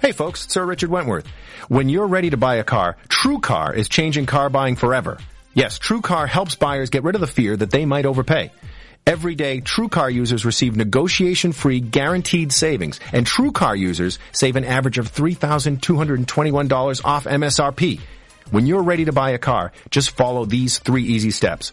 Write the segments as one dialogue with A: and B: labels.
A: Hey folks, Sir Richard Wentworth. When you're ready to buy a car, TrueCar is changing car buying forever. Yes, TrueCar helps buyers get rid of the fear that they might overpay. Every day, TrueCar users receive negotiation-free guaranteed savings, and TrueCar users save an average of $3,221 off MSRP. When you're ready to buy a car, just follow these three easy steps.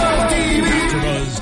B: AfterBuzz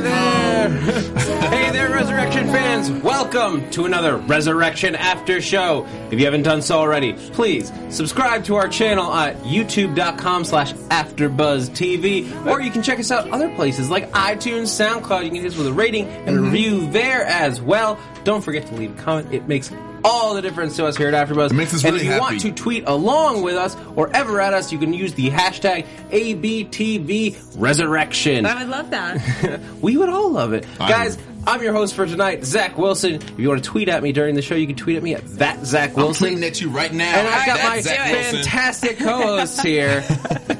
C: there! hey there, Resurrection fans! Welcome to another Resurrection After Show. If you haven't done so already, please subscribe to our channel at youtube.com slash afterbuzztv, or you can check us out other places like iTunes, SoundCloud. You can hit us with a rating and
D: Mm-hmm.
C: a review there as well. Don't forget to leave a comment. It makes all the difference to us here at AfterBuzz.
D: makes us
C: and
D: really
C: if you want
D: happy.
C: to tweet along with us or ever at us, you can use the hashtag ABTVResurrection.
E: I would love that.
C: We would all love it.
D: I
C: Guys,
D: would.
C: I'm your host for tonight, Zach Wilson. If you want to tweet at me during the show, you can tweet at me at that Zach
D: I'm
C: Wilson.
D: tweeting at you right now.
C: and I've
D: At
C: got
D: that
C: my
D: Zach Wilson.
C: fantastic co-host here,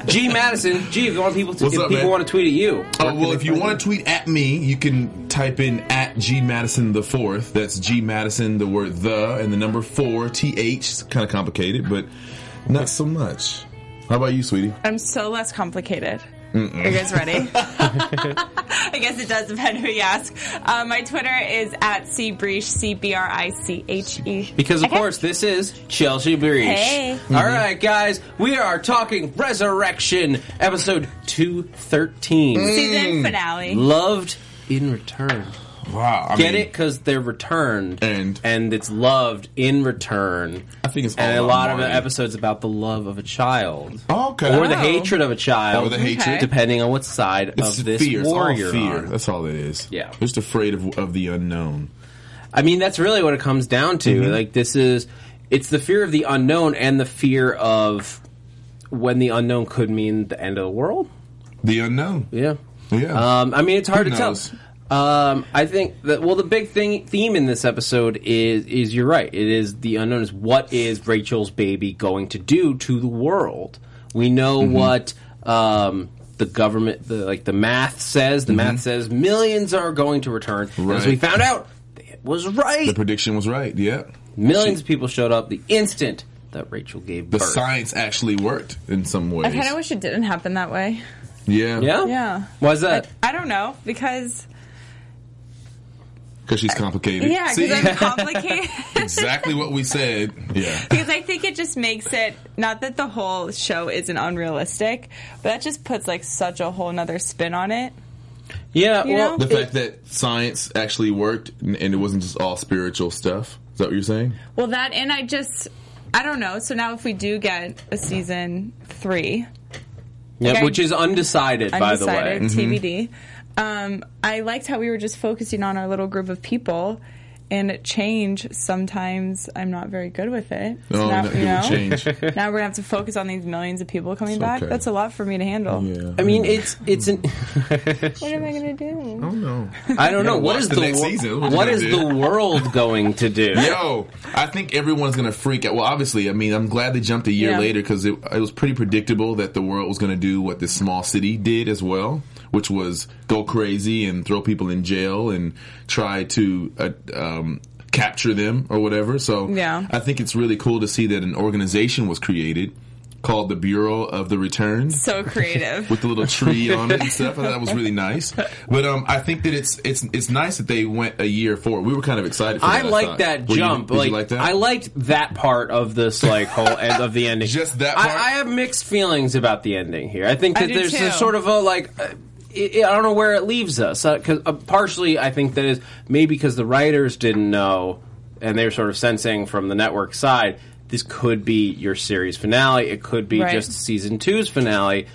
C: G Madison. G, if you want people to,
D: What's
C: if
D: up,
C: people
D: man?
C: want to tweet at you,
D: Oh, well, if you want to tweet at me, you can type in at G Madison the fourth. That's G Madison, the word the, and the number four, T H. It's kind of complicated, but not so much. How about you, sweetie?
E: I'm so less complicated. Are you guys ready? I guess it does depend who you ask. Uh, my Twitter is at cbriche, C B R I C H E.
C: because of
E: Okay.
C: course this is Chelsea Breach.
E: Hey.
D: Mm-hmm.
C: All right, guys, we are talking Resurrection, episode two thirteen.
E: Season finale.
C: Loved in return.
D: Wow. I
C: Get
D: mean,
C: it? Because they're returned,
D: And-
C: and it's loved in return.
D: I think it's all
C: and a
D: about
C: lot of
D: Marty.
C: the episodes about the love of a child
D: Oh, okay.
C: or the
E: Wow.
C: hatred of a child,
D: Or the hatred. Okay.
C: depending on what side
D: It's
C: of this
D: fear. It's all
C: war you're
D: fear.
C: on.
D: That's all it is.
C: Yeah.
D: Just afraid of, of the unknown.
C: I mean, that's really what it comes down to.
D: Mm-hmm.
C: Like this is, it's the fear of the unknown and the fear of when the unknown could mean the end of the world.
D: The unknown.
C: Yeah.
D: Yeah.
C: Um, I mean, it's hard
D: Who
C: to
D: knows?
C: tell. Um, I think that well, the big thing theme in this episode is is you're right. It is the unknown is what is Rachel's baby going to do to the world. We know
D: Mm-hmm.
C: what um, the government, the like the math says. The math says millions are going to return. And as we
D: Mm-hmm. Right.
C: found out, it was
D: the
C: right.
D: prediction was right. Yeah.
C: millions of people showed up the instant that Rachel gave
D: The
C: birth.
D: science actually worked in some ways.
E: I kind of wish it didn't happen that way.
D: yeah.
C: yeah,
E: Yeah.
C: Why's that?
E: I don't know because
D: Because she's complicated.
E: yeah,
D: See?
E: because I'm complicated.
D: exactly what we said. Yeah.
E: because I think it just makes it not that the whole show isn't unrealistic, but that just puts like such a whole nother spin on it.
C: yeah,
E: You
C: well,
E: know?
D: The fact that science actually worked and and it wasn't just all spiritual stuff. Is that what you're saying?
E: Well, that and I just I don't know. So now if we do get a season three,
C: yeah,
E: Okay.
C: which is undecided, by the way.
E: undecided
D: Mm-hmm.
E: TBD, um, I liked how we were just focusing on our little group of people. And change sometimes I'm not very good with it. So
D: No,
E: now,
D: Oh, no,
E: you
D: it
E: know,
D: would change.
E: now we're gonna have to focus on these millions of people coming
D: It's
E: back.
D: okay.
E: That's a lot for me to handle.
D: yeah.
C: I mean, it's it's
D: Mm-hmm.
C: an.
E: What am I gonna do?
C: Oh,
D: don't know.
C: I don't know. What
D: watch
C: is
D: the
C: the,
D: next
C: wor-
D: season. What
C: What,
D: you
C: what
D: gonna
C: is
D: do?
C: the world going to do?
D: Yo, I think everyone's gonna freak out. Well, obviously, I mean, I'm glad they jumped a year
E: Yeah.
D: later because it, it was pretty predictable that the world was gonna do what this small city did as well, which was go crazy and throw people in jail and try to uh, um, capture them or whatever. So
E: Yeah.
D: I think it's really cool to see that an organization was created called the Bureau of the Returns
E: So creative.
D: with the little tree on it and stuff. I thought that was really nice. But um, I think that it's it's it's nice that they went a year forward. We were kind of excited. for
C: I
D: that,
C: like
D: thought.
C: that
D: Were you-
C: jump.
D: did you
C: like,
D: that?
C: I liked that part of this like whole end of the ending.
D: Just that
C: I,
D: part?
C: I have mixed feelings about the ending here. I think
E: I
C: that
E: do
C: there's
E: too.
C: a sort of a like. Uh, I I don't know where it leaves us because uh, partially I think that is maybe because the writers didn't know and they were sort of sensing from the network side this could be your series finale. It could be
E: Right.
C: just season two's finale.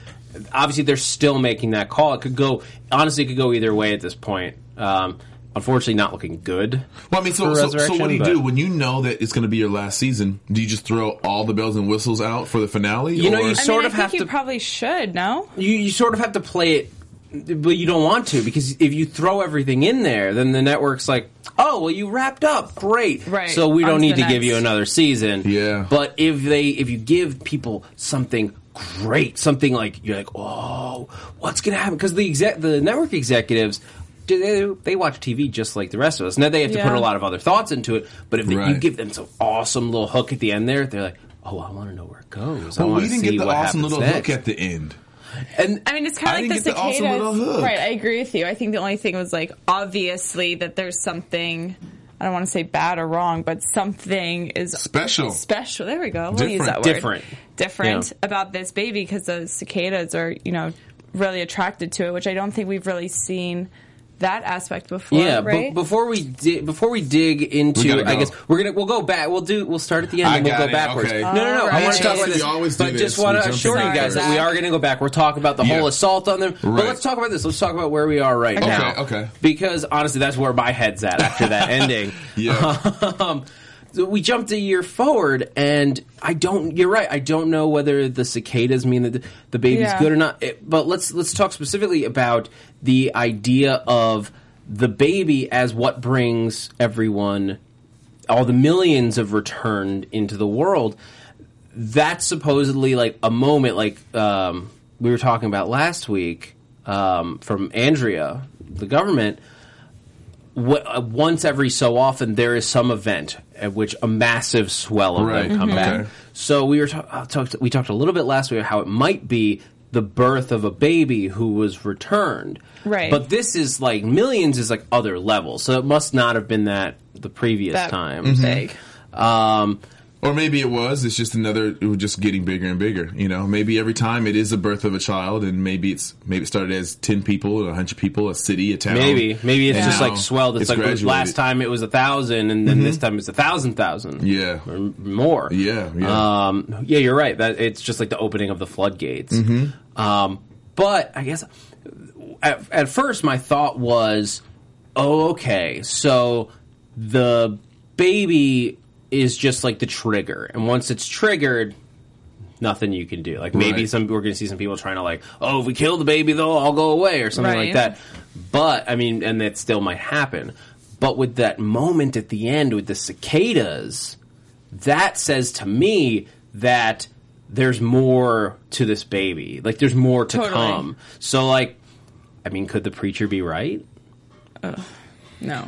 C: Obviously, they're still making that call. It could go honestly, it could go either way at this point. Um, unfortunately, not looking good.
D: Well, I mean, so,
C: for
D: so, so what do you
C: Resurrection,
D: do
C: but-
D: when you know that it's going to be your last season? Do you just throw all the bells and whistles out for the finale?
C: You know, you
D: or-
E: I
C: sort
E: mean,
C: of
E: I think
C: have
E: you
C: to-
E: probably should, no?
C: you, you sort of have to play it but you don't want to because if you throw everything in there then the network's like oh well you wrapped up great
E: Right.
C: so we
E: On
C: don't
E: to
C: need to
E: the
C: give you
E: next.
C: another season
D: Yeah.
C: but if they if you give people something great something like you're like oh what's gonna happen because the exec the network executives do they, they watch TV just like the rest of us. Now they have to
E: Yeah.
C: put a lot of other thoughts into it, but if you
D: Right.
C: give them some awesome little hook at the end there, they're like, "Oh, I want to know where it goes. I
D: well, we
C: want to
D: didn't
C: see
D: get the
C: what
D: awesome
C: happens
D: little
C: next."
D: hook at the end.
C: and
E: I mean, it's kind
D: I
E: of like the
D: didn't get the
E: cicadas.
D: awesome little hook.
E: Right, I agree with you. I think the only thing was like obviously that there's something. I don't want to say bad or wrong, but something is
D: Special.
E: Special. There we go. We'll use
D: Different.
E: that word.
C: Different.
E: Different
C: Yeah.
E: about this baby because the cicadas are you know really attracted to it, which I don't think we've really seen that aspect before.
C: Yeah,
E: right?
C: but before we di- before we dig
D: We
C: into,
D: gotta
C: I
D: go.
C: guess we're gonna we'll go back. We'll do we'll start at the end
D: I
C: and we'll
D: got
C: go
D: it,
C: backwards.
D: okay.
C: No, no, no.
E: Alright.
C: I want to talk about
E: It's like
C: this,
D: we always do
C: but
D: this,
C: just
D: we
C: want to
D: jump
C: assure you
E: in
C: guys that we
E: first.
C: are going to go back. We're talking about the
D: Yeah.
C: whole assault on them, but
D: Right.
C: let's talk about this. Let's talk about where we are right
E: Okay.
C: now.
D: Okay.
C: Because honestly, that's where my head's at after that ending.
D: Yeah.
C: um, so we jumped a year forward, and I don't. You're right. I don't know whether the cicadas mean that the- the baby's
E: Yeah.
C: good or not. It- but let's let's talk specifically about the idea of the baby as what brings everyone, all the millions of returned into the world. That's supposedly like a moment, like um, we were talking about last week um, from Andrea, the government what, uh, once every so often there is some event at which a massive swell of
D: Right,
C: them come
D: mhm.
C: back.
D: okay.
C: So we were ta- uh, talked we talked a little bit last week how it might be the birth of a baby who was returned.
E: Right.
C: But this is like millions is like other levels. So it must not have been that the previous
E: that
C: time.
D: Mm-hmm.
E: big.
C: Um
D: Or maybe it was. It's just another. It was just getting bigger and bigger. You know, maybe every time it is the birth of a child, and maybe it's maybe it started as ten people, a hundred people, a city, a town.
C: maybe maybe it's
D: and
C: just
D: now
C: like swelled. It's, like
D: graduated. Mm-hmm.
C: last time it was a thousand, and then this time it's a thousand thousand.
D: Yeah.
C: or m- more.
D: Yeah,
E: Uh,
D: yeah.
C: Um, yeah, you're right. That it's just like the opening of the floodgates. Um, but I guess at, at first my thought was, oh, okay, so the baby is just like the trigger, and once it's triggered, nothing you can do. Like maybe
D: Right.
C: some we're going to see some people trying to like, oh, if we kill the baby, though, I'll go away or something like
E: Right.
C: that. But I mean, and that still might happen. But with that moment at the end with the cicadas, that says to me that there's more to this baby. Like there's more to
E: Totally.
C: come. So like, I mean, could the preacher be right?
E: No.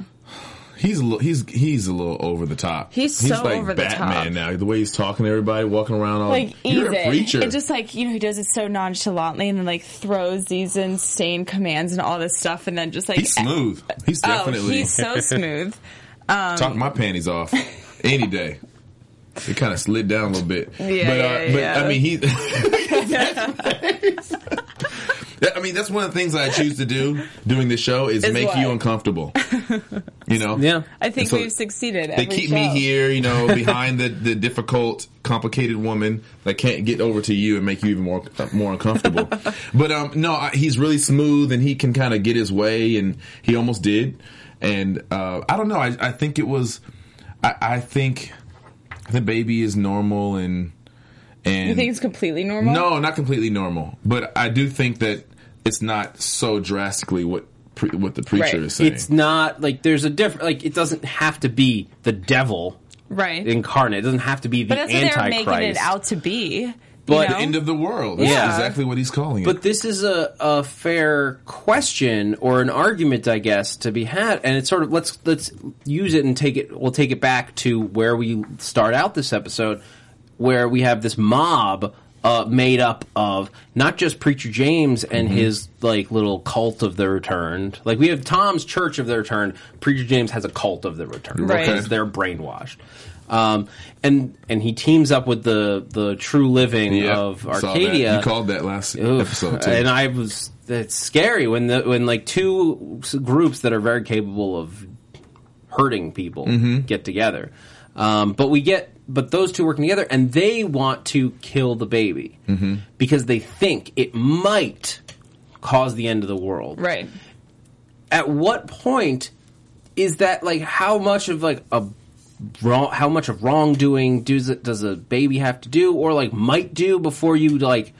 D: He's a little, he's he's a little over the top.
E: He's so
D: like
E: over the
D: Batman
E: top.
D: now. The way he's talking to everybody, walking around, all
E: like ease
D: you're
E: it.
D: a preacher.
E: It just like you know he does it so nonchalantly and then like throws these insane commands and all this stuff and then just like
D: he's smooth. He's
E: oh
D: definitely
E: he's so smooth.
D: talking my panties off any day. It kind of slid down a little bit.
E: Yeah,
D: but, uh,
E: yeah,
D: but
E: yeah.
D: I mean, he. I mean, that's one of the things I choose to do doing this show is,
E: Is
D: make
E: what?
D: you uncomfortable. You know?
C: Yeah.
E: I think
D: And so
E: we've succeeded.
D: They
E: every
D: keep
E: show.
D: me here, you know, behind the, the difficult, complicated woman that can't get over to you and make you even more more uncomfortable. but um, no, I, he's really smooth and he can kind of get his way, and he almost did. And uh, I don't know. I, I think it was. I, I think the baby is normal and and
E: You think it's completely normal?
D: no, not completely normal, but I do think that it's not so drastically what pre, what the preacher
E: Right.
D: is saying.
C: It's not like there's a different. Like it doesn't have to be the devil
E: right?
C: incarnate. It doesn't have to be the
E: but that's what they were
C: antichrist.
E: making it out to be.
C: But
E: know?
D: The end of the world. That's
C: Yeah.
D: exactly what he's calling it.
C: But this is a, a fair question or an argument, I guess, to be had, and it's sort of let's let's use it and take it. We'll take it back to where we start out this episode, where we have this mob uh, made up of not just preacher James and
D: Mm-hmm.
C: his like little cult of the returned. Like we have Tom's church of the returned. Preacher James has a cult of the returned.
E: Right.
C: because They're brainwashed. Um, and and he teams up with the the true living
D: Yeah,
C: of
D: saw that.
C: Arcadia.
D: You called that last
C: Oof.
D: episode too.
C: And I was it's scary when the when like two s- groups that are very capable of hurting people
D: Mm-hmm.
C: get together. Um, but we get but those two working together and they want to kill the baby
D: Mm-hmm.
C: because they think it might cause the end of the world
E: Right.
C: at what point is that like how much of like a wrong how much of wrongdoing does a, does a baby have to do or like might do before you like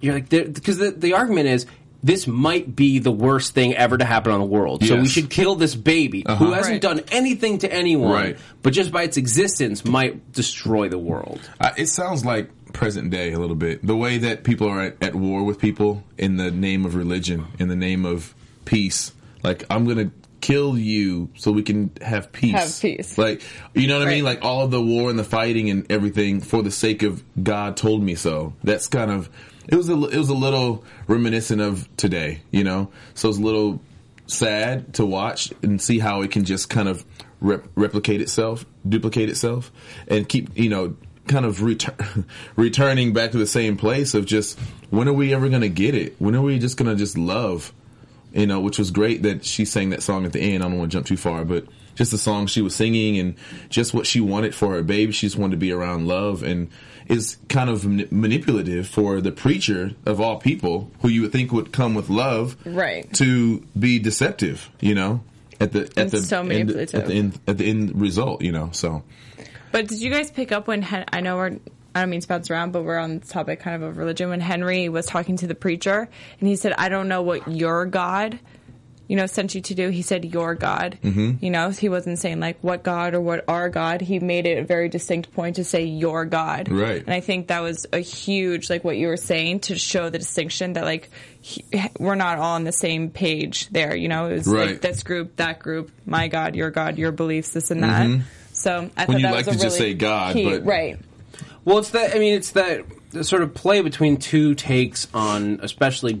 C: you're like because the, the argument is this might be the worst thing ever to happen on the world so we
D: Yes. Uh-huh.
C: should kill this baby who hasn't
E: Right.
C: done anything to anyone
D: Right.
C: but just by its existence might destroy the world
D: I, it sounds like present day a little bit. The way that people are at, at war with people in the name of religion, in the name of peace. Like I'm gonna kill you so we can have peace.
E: Have peace.
D: Like you know what I mean?
E: Right.
D: Like all of the war and the fighting and everything for the sake of God told me so. That's kind of it was a li- it was a little reminiscent of today. You know, so it's a little sad to watch and see how it can just kind of rep- replicate itself, duplicate itself, and keep you know kind of return returning back to the same place of just when are we ever going to get it? When are we just going to just love? you know, which was great that she sang that song at the end. I don't want to jump too far, but just the song she was singing and just what she wanted for her baby. She just wanted to be around love and is kind of mani- manipulative for the preacher of all people who you would think would come with love,
E: Right.
D: To be deceptive, you know, at the at
E: It's
D: the
E: so
D: end,
E: manipulative.
D: at the end at the end result, you know. So
E: But did you guys pick up when Hen- I know we're I don't mean to bounce around, but we're on the topic kind of of religion when Henry was talking to the preacher and he said, "I don't know what your God, you know, sent you to do." He said, "Your God,"
D: Mm-hmm.
E: you know. He wasn't saying like what God or what our God. He made it a very distinct point to say your God,
D: Right.
E: And I think that was a huge like what you were saying to show the distinction that like he, we're not all on the same page there. You know, it was like
D: Right.
E: this group, that group, my God, your God, your beliefs, this and that.
D: Mm-hmm.
E: So I
D: When
E: thought
D: you
E: that
D: like
E: was
D: to
E: a
D: just
E: really
D: say God,
E: key-
D: but-
E: right?
C: Well, it's that. I mean, it's that sort of play between two takes on, especially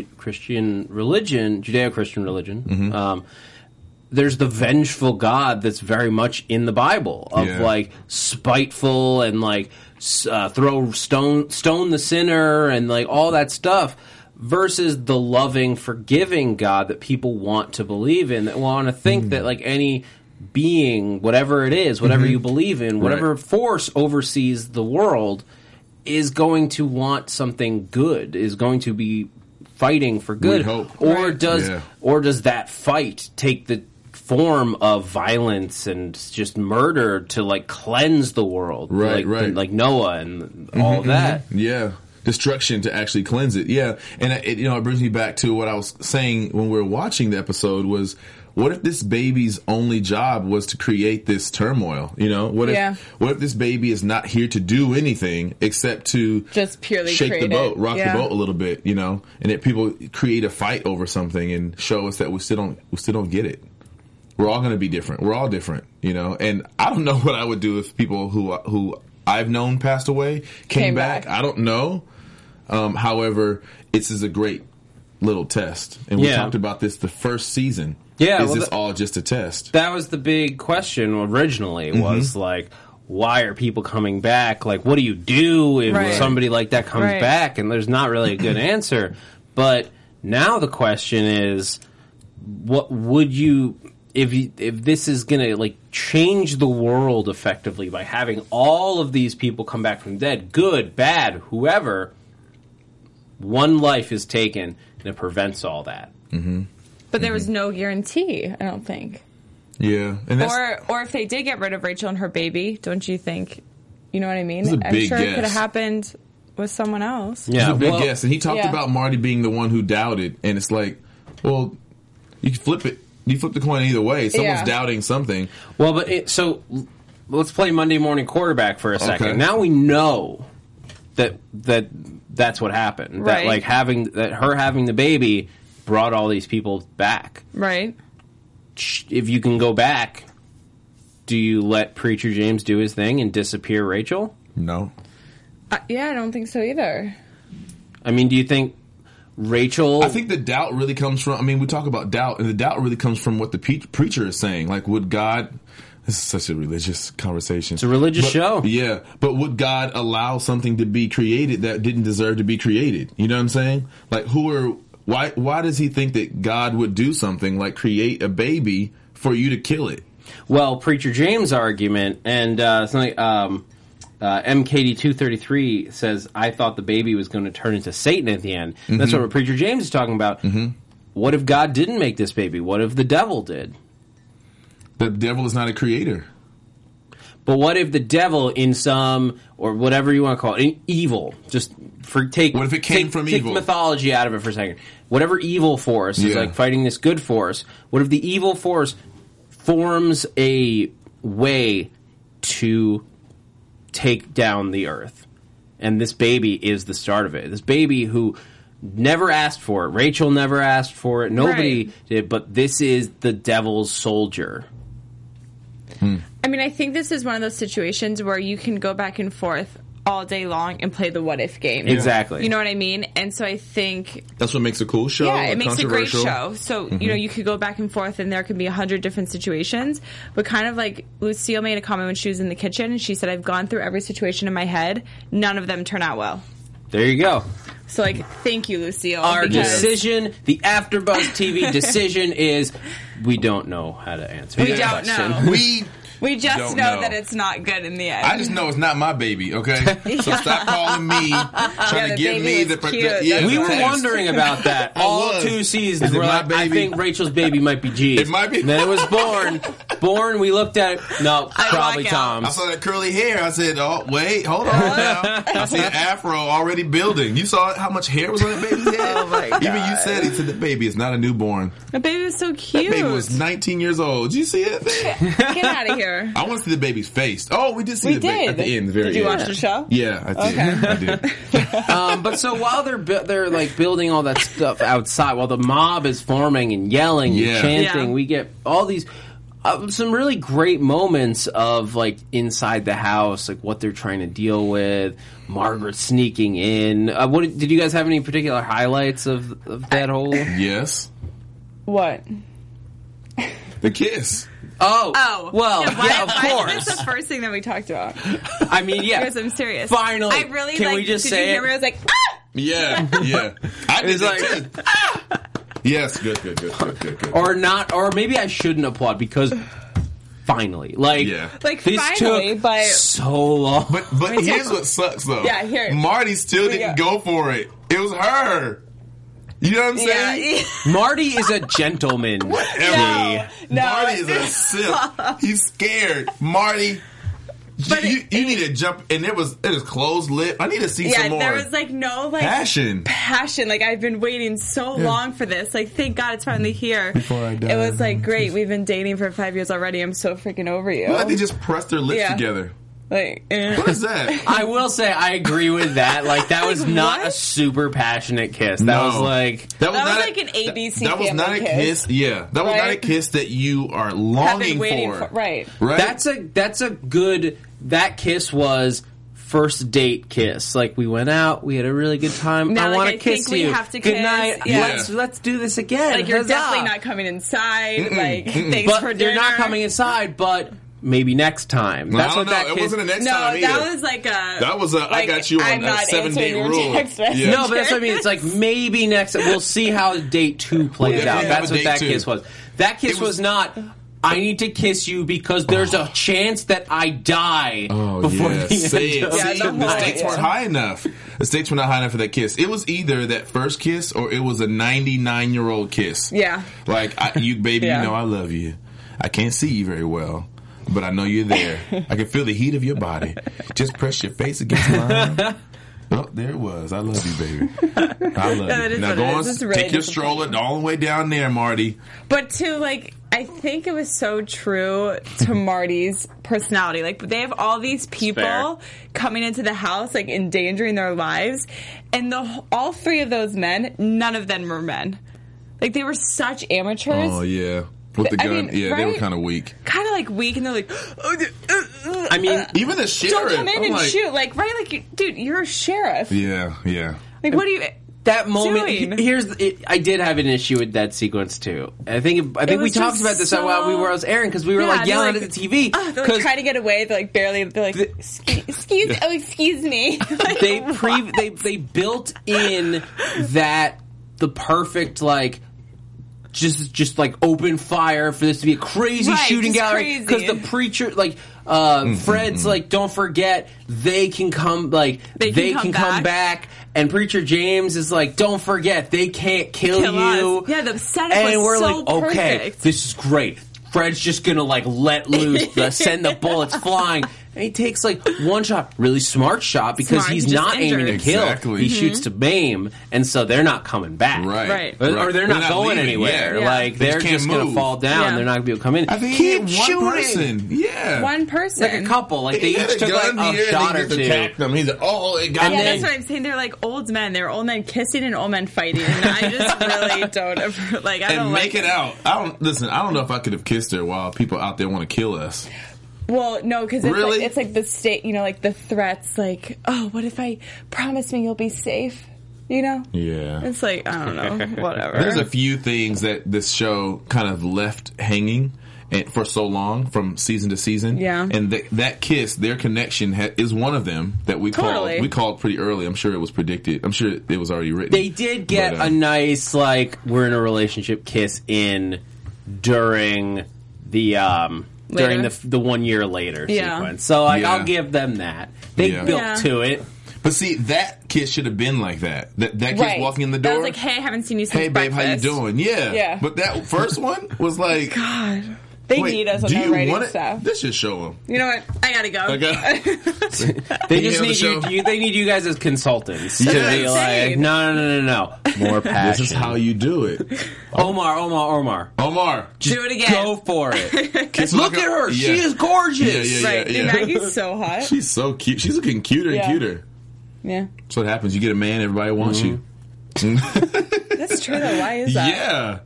C: Judo-Christian religion, Judeo-Christian religion. Um, there's the vengeful God that's very much in the Bible of
D: Yeah.
C: like spiteful and like s- uh, throw stone stone the sinner and like all that stuff. Versus the loving, forgiving God that people want to believe in, that want to think
D: Hmm.
C: that like any being, whatever it is, whatever you believe in, whatever
D: Mm-hmm. Right.
C: force oversees the world is going to want something good is going to be fighting for good
D: We hope.
C: or
E: Right.
C: does
D: Yeah.
C: or does that fight take the form of violence and just murder to like cleanse the world
D: Right,
C: like,
D: right. Mm-hmm,
C: like noah and all of that
D: Yeah. Destruction to actually cleanse it. Yeah. And it, you know, it brings me back to what I was saying when we were watching the episode was what if this baby's only job was to create this turmoil? You know, what
E: Yeah.
D: if what if this baby is not here to do anything except to
E: Just purely
D: shake the
E: create
D: boat,
E: it.
D: rock
E: Yeah.
D: the boat a little bit, you know, and that people create a fight over something and show us that we still don't we still don't get it we're all going to be different. We're all different, you know. And I don't know what I would do if people who who I've known passed away came,
E: Came
D: back.
E: back.
D: I don't know. Um, however, this is a great little test, and we
C: Yeah.
D: talked about this the first season.
C: Yeah,
D: is
C: well,
D: this
C: that-
D: all just a test?
C: that was the big question originally
D: Mm-hmm.
C: was like why are people coming back like what do you do if
E: Right.
C: somebody like that comes
E: Right.
C: back and there's not really a good answer but now the question is what would you if you, if this is going to like change the world effectively by having all of these people come back from the dead good bad whoever one life is taken and it prevents all that
E: But there was no guarantee. I don't think.
D: yeah, and that's
E: Or or if they did get rid of Rachel and her baby, don't you think? You know what I mean?
D: This is a
E: I'm
D: big
E: sure it could have
D: guess.
E: happened with someone else.
D: it's a big
C: well-
D: guess. And he talked
E: yeah.
D: about Marty being the one who doubted, and it's like, well, you can flip it. You flip the coin either way. Someone's
E: Yeah.
D: doubting something.
C: Well, but it, so l- let's play Monday morning quarterback for a second.
D: Okay.
C: Now we know that that that's what happened. That
E: Right.
C: like having that her having the baby brought all these people back.
E: right?
C: Sh- If you can go back, do you let preacher James do his thing and disappear Rachel?
D: No.
E: Uh, yeah, I don't think so either.
C: I mean, do you think Rachel?
D: I think the doubt really comes from. I mean, we talk about doubt, and the doubt really comes from what the pe- preacher is saying. Like, would God? This is such a religious conversation. It's
C: a religious show.
D: Yeah, but would God allow something to be created that didn't deserve to be created? You know what I'm saying? Like, who are? Why? Why does he think that God would do something like create a baby for you to kill it?
C: Well, Preacher James' argument, and uh, something, um, uh, MKD233 says, I thought the baby was going to turn into Satan at the end. And That's what Preacher James is talking about. What if God didn't make this baby? What if the devil did?
D: The devil is not a creator.
C: But what if the devil, in some, or whatever you want to call it, in evil, just for take,
D: What if it came
C: take-
D: from
C: take
D: evil?
C: mythology out of it for a second. Whatever evil force is
D: Yeah.
C: like fighting this good force, what if the evil force forms a way to take down the earth. And this baby is the start of it. This baby who never asked for it. Rachel never asked for it. Nobody
E: Right.
C: did, but this is the devil's soldier.
E: I mean, I think this is one of those situations where you can go back and forth all day long and play the what if game.
C: Exactly.
E: You know what I mean? And so I think
D: That's what makes a cool show.
E: yeah, it makes a great
D: controversial.
E: show. So
C: Mm-hmm.
E: you know, you could go back and forth, and there could be a hundred different situations. But kind of like Lucille made a comment when she was in the kitchen, and she said, "I've gone through every situation in my head. None of them turn out well."
C: There you go.
E: So like, thank you, Lucille.
C: Our
E: because-
C: decision, the AfterBuzz TV decision is we don't know how to answer.
E: We
C: that
E: don't
C: question.
E: know.
D: We.
E: We just
D: Don't
E: know,
D: know.
E: that it's not good in the end.
D: I just know it's not my baby, okay? So stop calling me, trying
E: the
D: to give
E: baby
D: me
E: was
D: the, pre-
E: cute.
D: the- yeah,
E: That's
C: We
D: the
C: were
D: test.
C: wondering about that all
D: was.
C: two seasons.
D: Is it
C: We're
D: my
C: like, I
D: baby?
C: think Rachel's baby might be G's.
D: It might be.
C: And then it was born. born. We looked at it. No, probably
E: walk out.
D: I
C: Tom's.
D: saw that curly hair. I said, "Oh, wait, hold on now." I see an afro already building. You saw how much hair was on that baby's head.
E: Oh, my
D: Even you said it. Said the baby is not a newborn.
E: the baby was so
D: That
E: cute.
D: baby was 19 years old. Did you see that thing?
E: Get out of here.
D: I want to see the baby's face. Oh, we did see
E: We
D: the baby at
E: did.
D: the end. The very
E: Did you
D: end.
E: watch the show?
D: Yeah, I did.
E: Okay.
D: I did.
C: Um, but so while they're bu- they're like building all that stuff outside, while the mob is forming and yelling
D: Yeah.
C: and chanting,
E: Yeah.
C: we get all these uh, some really great moments of like inside the house, like what they're trying to deal with. Margaret sneaking in. Uh, what did you guys have any particular highlights of, of that whole?
E: Uh,
D: Yes,
E: What?
D: the kiss.
C: Oh,
E: Oh,
C: well,
E: why,
C: yeah, of
E: why is
C: course.
E: this the first thing that we talked about?
C: I mean, yeah.
E: Because I'm serious.
C: Finally,
E: I really
C: can
E: like,
C: we just
E: did
C: say
E: you
C: it?
E: hear me? I was like, ah!
D: Yeah, yeah. I did
C: It's
D: that
C: like-
D: too. Yes, good, good, good, good, good, good.
C: or not, or maybe I shouldn't applaud because finally, like,
D: Yeah.
E: Like,
C: this
E: finally,
C: took
E: but-
C: so long.
D: But but here's what sucks though.
E: Yeah, here.
D: Marty still
E: Here we
D: didn't
E: go.
D: go. for it. It was her. You know what I'm
E: Yeah.
D: saying?
C: Marty is a gentleman.
D: Every-
E: No,
D: Marty is a simp. He's scared. Marty.
E: But
D: you,
E: it-
D: you need to jump, and it was it is closed lip. I need to see
E: yeah,
D: some more
E: there was like no like
D: passion.
E: passion. Like I've been waiting so long for this. Like thank God it's finally here.
D: Before I die.
E: it was like great. We've been dating for five years already. I'm so freaking over you.
D: Like they just pressed their lips
E: Yeah.
D: together.
E: like, eh.
D: What is that?
C: I will say I agree with that. Like that was not
E: what?
C: a super passionate kiss. That
D: No.
C: was like
E: That was
D: not
E: like an ABC
D: That was
E: family
D: not a kiss.
E: kiss.
D: Yeah, that was not a
E: Right?
D: kiss that you are
E: I've
D: longing
E: been waiting
D: for.
E: for right.
D: Right.
C: that's a that's a good that kiss was first date kiss. Like we went out, we had a really good time.
E: Now,
C: I
E: like,
C: want
E: I
C: to kiss
E: think we
C: you.
E: have to
C: good
E: kiss.
C: night.
E: Yeah.
C: Let's let's do this again.
E: Like you're
C: Huzzah.
E: definitely not coming inside. Like thanks
C: but
E: for dinner.
C: you're not coming inside, but maybe next time.
D: I
C: That's
D: don't
C: what
D: know.
C: that
D: It
C: kiss-
D: wasn't a next
E: No,
D: time either.
E: that was like a.
D: That was a I
E: like,
D: got you on
E: I'm
D: a
E: not
D: seven day
E: answering your
D: rule.
E: text message.
C: No, but that's what I mean. It's like maybe next. We'll see how date two plays
D: Yeah,
C: out.
D: yeah,
C: That's
D: but
C: what that
D: date two.
C: kiss was. That kiss
D: It
C: was,
D: was-
C: not. I need to kiss you because there's a chance that I die
D: Oh
C: before
D: yeah,
C: the
D: see,
C: end. Of
D: see,
E: the
D: the
E: whole-
D: stakes weren't high enough. The stakes were not high enough for that kiss. It was either that first kiss or it was a ninety-nine-year-old kiss.
E: Yeah.
D: like I, you, baby,
E: Yeah.
D: you know I love you. I can't see you very well, but I know you're there. I can feel the heat of your body. Just press your face against mine. Oh, there it was. I love you, baby. I love
E: That
D: you.
E: is
D: Now
E: what
D: go
E: it
D: on,
E: is. It's
D: take
E: really
D: your stroller all the way down there, Marty.
E: But to like, I think it was so true to Marty's personality. Like they have all these people coming into the house, like endangering their lives, and the all three of those men, none of them were men. Like they were such amateurs,
D: Oh yeah, with the
E: I
D: gun.
E: mean,
D: yeah, they were
E: right?
D: kind of weak.
E: kind of like weak, and they're like,
C: I mean,
D: E-, Even the sheriff.
E: Uh, "Don't come in
D: I'm
E: and
D: like-
E: shoot!" Like right, like you, dude, you're a sheriff.
D: Yeah, yeah.
E: Like what do you?
C: that moment. he-
E: Doing.
C: Here's the- it, I did have an issue with that sequence too. I think I think we
E: was
C: talked
E: just
C: about this
E: so-
C: while we were I was airing because we were
E: Yeah,
C: like
E: they're
C: yelling
E: like-
C: at the TV
E: Oh, they're like
C: because
E: trying to get away. They're like barely. They're like,
C: The-
E: "Excuse, excuse- oh, excuse me." Like,
C: they
E: what?
C: pre they they built in that the perfect like just just like open fire for this to be a crazy
E: Right,
C: shooting
E: just
C: gallery because
E: crazy.
C: the preacher like uh Fred's like don't forget they can come like they
E: They
C: can,
E: can
C: come,
E: come
C: back.
E: back.
C: and preacher James is like don't forget they can't kill,
E: Kill us.
C: you
E: Yeah, the setup
C: and
E: was
C: we're
E: so
C: like okay
E: perfect.
C: this is great Fred's just gonna like let loose the, send the bullets flying and he takes like one shot really smart shot because
E: Smart,
C: he's
E: just Mm-hmm.
C: not aiming to
E: injured.
C: kill.
D: Exactly.
C: He
D: Mhm.
C: shoots to maim, and so they're not coming back.
D: Right.
E: Right.
C: Or, or
D: right.
C: they're not going
D: leaving,
C: anywhere.
D: yeah.
E: Yeah.
C: Like
D: They
C: they're
D: just
C: just,
D: can't
C: gonna
D: move.
C: fall down.
E: Yeah.
C: They're not gonna be able to come in.
D: I think
C: Keep
D: he had one
C: shooting.
D: person. Yeah.
E: one person.
C: Like a couple. Like they
D: He had
C: each
D: a
C: took
D: gun
C: like
D: here
C: a
D: and
C: shot
D: they
C: or
D: just
C: two.
D: attacked him. He's like, oh, it got
C: And
D: me.
E: Yeah,
C: then-
E: that's what I'm saying. They're like old men. They're old men kissing and old men fighting. And I just really don't appro- like. I
D: and
E: don't
D: make it
E: like
D: out. I don't listen. I don't know if I could have kissed her while people out there want to kill us.
E: Well, no, because it's,
D: Really?
E: like, it's like the state. You know, like the threats. Like, oh, what if I promise me you'll be safe? You know,
D: Yeah,
E: it's like I don't know, whatever.
D: there's a few things that this show kind of left hanging and for so long from season to season.
E: Yeah.
D: and th- that kiss, their connection ha- is one of them that we
E: Totally.
D: called. We called pretty early. I'm sure it was predicted. I'm sure it was already written.
C: They did get
D: But, uh,
C: a nice like we're in a relationship kiss in during the um
E: Later.
C: during the the one year later
E: Yeah.
C: sequence. So like
D: Yeah.
C: I'll give them that. They
D: Yeah.
C: built
E: Yeah.
C: to it.
D: But see, that kid should have been like that. That that kid
E: Right.
D: walking in the
E: That
D: door.
E: was like, hey, I haven't seen you since
D: hey, babe,
E: breakfast.
D: how you doing? Yeah.
E: Yeah.
D: But that first one was like,
E: They
D: wait,
E: need us when
D: do
E: they're
D: you
E: writing
D: want it?
E: stuff.
D: This should show him.
E: You know what? I gotta go.
D: Okay.
C: They
D: You
C: just
D: know the
C: need you,
D: show?
C: you. They need you guys as consultants to
D: That's
C: be like,
E: insane.
C: no, no, no, no, no, more
D: this
C: passion.
D: is how you do it,
C: Omar, Omar, Omar,
D: Omar. Just
E: Do it again.
C: go for it.
D: kiss
C: Look
D: like
C: at
D: a-
C: her;
D: Yeah.
C: she is gorgeous.
D: Yeah, yeah,
E: Right?
D: yeah.
E: Maggie's so hot.
D: She's so cute. She's looking cuter
E: Yeah.
D: and cuter.
E: Yeah,
D: That's what happens. You get a man, everybody wants you.
E: Mm-hmm. that's true. Though, why is that?
D: yeah.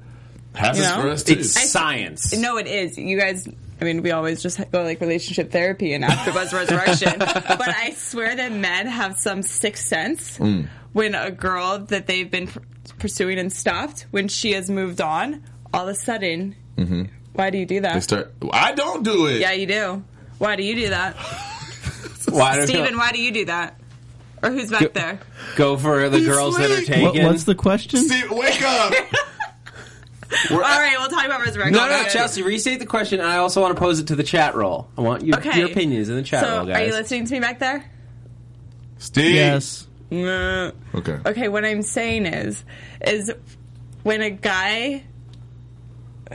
D: Happens
E: You know?
D: for us too.
C: It's science.
E: No, it is. You guys. I mean, we always just go like relationship therapy and after Buzz Resurrection. but I swear that men have some sixth sense
C: Mm.
E: when a girl that they've been pr- pursuing and stopped, when she has moved on, all of a sudden,
C: Mm-hmm.
E: why do you do
D: They
E: that?
D: start. I don't do it.
E: yeah, you do. Why do you do that,
C: Why don't
E: Steven,
C: you
E: Why do you do that? Or who's back there?
C: go for the girls that are
D: sweet.
C: taken?
F: What, what's the question?
D: See, wake up.
E: All right, we'll talk about Resurrection.
C: no, no,
E: Okay.
C: Chelsea, restate the question. I also want to pose it to the chat roll. I want your,
E: Okay.
C: your opinions in the chat
E: So,
C: roll,
E: are you
C: guys.
E: listening to me back there?
D: Steve.
F: Yes.
E: No.
D: Okay.
E: Okay, what I'm saying is, is when a guy,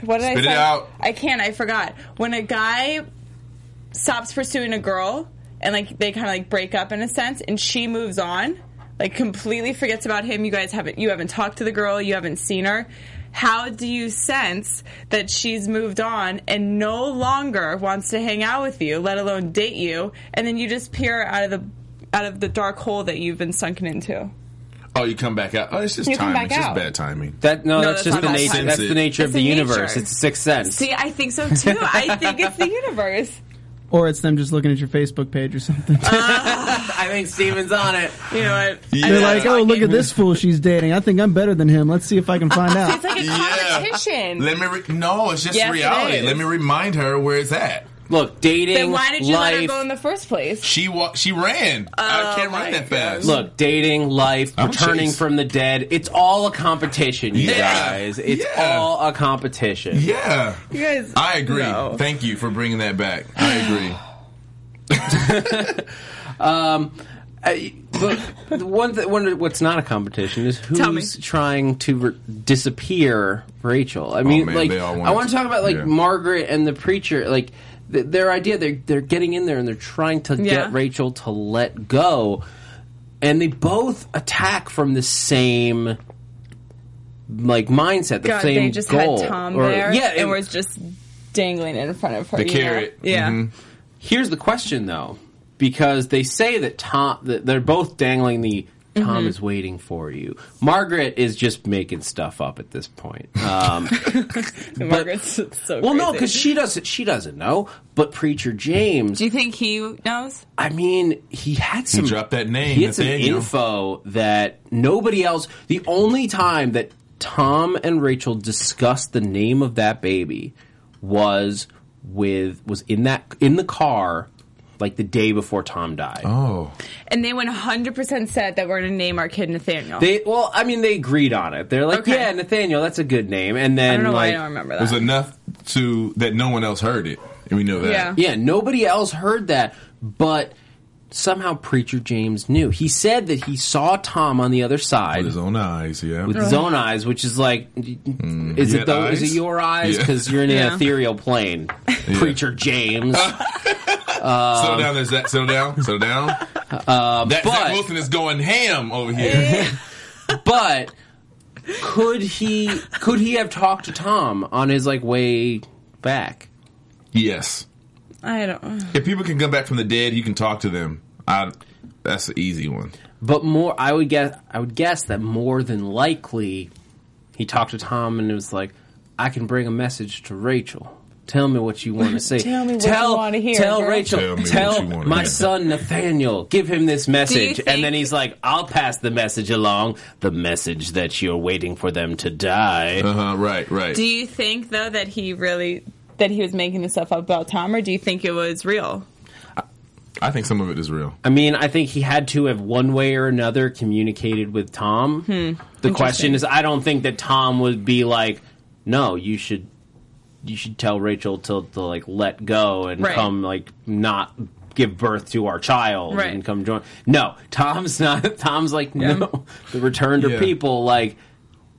E: what did
D: Spit it
E: I say?
D: out.
E: I can't. I forgot. When a guy stops pursuing a girl and like they kind of like break up in a sense, and she moves on, like completely forgets about him. You guys haven't you haven't talked to the girl. You haven't seen her. How do you sense that she's moved on and no longer wants to hang out with you, let alone date you? And then you just peer out of the out of the dark hole that you've been sunken into.
D: Oh, you come back out. Oh, it's just
E: You come
D: timing. It's
E: back
D: just
E: out.
D: bad timing.
C: that, no,
E: No,
C: that's,
E: that's
C: just
E: not
C: the
E: about
C: nature.
D: science.
C: That's the nature of
E: It's
C: the
E: the
C: universe.
E: nature.
C: It's a sixth sense.
E: See, I think so too. I think it's the universe.
F: Or it's them just looking at your Facebook page or something.
C: I think Steven's on it.
E: You know what?
D: Yeah.
F: They're
D: I'm
F: like, oh, look at this fool she's dating. I think I'm better than him. Let's see if I can find out.
E: It's like a
D: Yeah.
E: competition.
D: Let me. Re- no, it's just
E: Yes, it
D: reality.
E: is.
D: Let me remind her where it's at.
C: Look, dating,
E: then why did you
C: life.
E: let her go in the first place?
D: She wa- She ran. I can't
E: Oh my
D: run that fast.
C: Look, dating, life,
D: I'm
C: returning
D: chased.
C: from the dead. It's all a competition, you
D: Yeah.
C: guys. It's
D: Yeah.
C: all a competition.
D: Yeah,
E: You guys,
D: I agree.
E: No.
D: Thank you for bringing that back. I agree.
C: I, Uh, look, the one, th- one what's not a competition is
E: Tell me.
C: who's trying to re- disappear Rachel. I mean,
D: Oh, man,
C: like
D: they all
C: I
D: wanted
C: want to
D: to-
C: talk about like
D: yeah.
C: Margaret and the preacher, like th- their idea. They're they're getting in there and they're trying to
E: Yeah.
C: get Rachel to let go, and they both attack from the same like mindset, the
E: God,
C: same
E: they just
C: goal.
E: had Tom
C: Or-
E: there
C: yeah,
E: and was just dangling it in front of her.
D: The
E: you know?
D: carrot.
E: Yeah.
C: Mm-hmm. Here's the question, though, because they say that Tom, that they're both dangling the Tom
E: Mm-hmm.
C: is waiting for you. Margaret is just making stuff up at this point. Um,
E: And Margaret's so
C: well, no,
E: crazy.
C: because she doesn't. She doesn't know. But preacher James,
E: Do you think he knows?
C: I mean, he had
D: He
C: some.
D: dropped that name.
C: He had some
D: Nathaniel.
C: info that nobody else. The only time that Tom and Rachel discussed the name of that baby was with was in that in the car, like the day before Tom died.
D: Oh,
E: And they 100% said that we're going to name our kid Nathaniel.
C: They well, I mean, they agreed on it. They're like,
E: Okay.
C: yeah, Nathaniel, that's a good name. And
E: I
C: then
E: don't know why I
C: like,
E: don't remember
D: it was
E: that.
D: enough to that no one else heard it, and we know that.
E: Yeah.
C: Yeah, nobody else heard that, but somehow preacher James knew. He said that he saw Tom on the other side
D: With his own eyes, yeah.
C: with his own eyes, which is like, is
D: He
C: it
D: Mm, had
C: those? Is
D: eyes?
C: it your eyes?
D: Yeah.
C: Because you're in an
E: Yeah.
C: ethereal plane, preacher James.
D: settle down, there's that. Settle down, settle down. that Zach
C: Uh, but-
D: Wilson is going ham over here.
C: but could he? Could he have talked to Tom on his like way back?
D: yes,
E: I don't.
D: if people can come back from the dead, you can talk to them. I, that's the easy one.
C: But more, I would guess. I would guess that more than likely, he talked to Tom and it was like, "I can bring a message to Rachel. Tell me what you want to say.
E: Tell me what
C: tell,
E: you wanna hear,
C: Tell
E: girl."
C: Rachel.
D: Tell
C: Tell,
D: me what you wanna
C: my
D: hear.
C: son Nathaniel. Give him this message."
E: think-
C: and then he's like, "I'll pass the message along. The message that you're waiting for them to die."
D: Uh huh. Right. Right.
E: Do you think, though, that he really. That he was making this stuff up about Tom, or do you think it was real?
D: I think some of it is real.
C: I mean, I think he had to have one way or another communicated with
E: Hmm.
C: Tom. The question is, I don't think that Tom would be like, "No, you should, you should tell Rachel to, to like let go and
E: Right.
C: come like not give birth to our child
E: Right.
C: and come join." No, Tom's not. Tom's like, no, the returned to
D: Yeah.
C: people like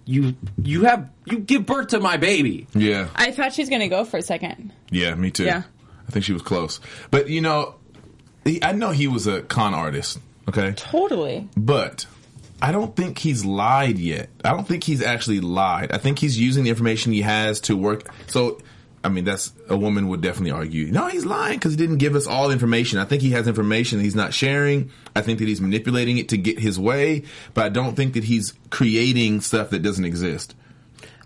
C: you. You have you give birth to my baby.
D: Yeah.
E: I thought she was going to go for a second.
D: Yeah, me too.
E: Yeah.
D: I think she was close. But you know, he, I know he was a con artist, okay?
E: Totally.
D: But I don't think he's lied yet. I don't think he's actually lied. I think he's using the information he has to work. So, I mean, that's a woman would definitely argue. No, he's lying because he didn't give us all the information. I think he has information he's not sharing. I think that he's manipulating it to get his way, but I don't think that he's creating stuff that doesn't exist.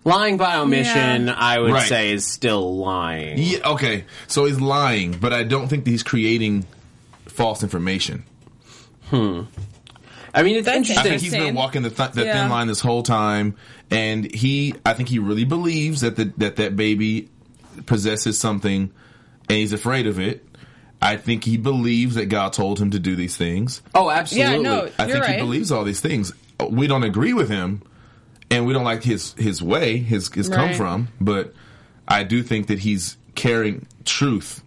C: Lying by omission,
E: Yeah.
C: I would
D: Right.
C: say, is still lying.
D: Yeah, okay. So he's lying, but I don't think that he's creating false information.
C: I mean, it's
E: That's
C: interesting.
D: I think he's been
E: Interesting.
D: walking the, th- the
E: Yeah.
D: thin line this whole time, and he, I think he really believes that the, that that baby possesses something, and he's afraid of it. I think he believes that God told him to do these things.
C: Oh, absolutely.
E: Yeah, no,
D: I
E: You're
D: think
E: right.
D: he believes all these things. We don't agree with him, and we don't like his his way, his his come
E: Right.
D: from. But I do think that he's carrying truth,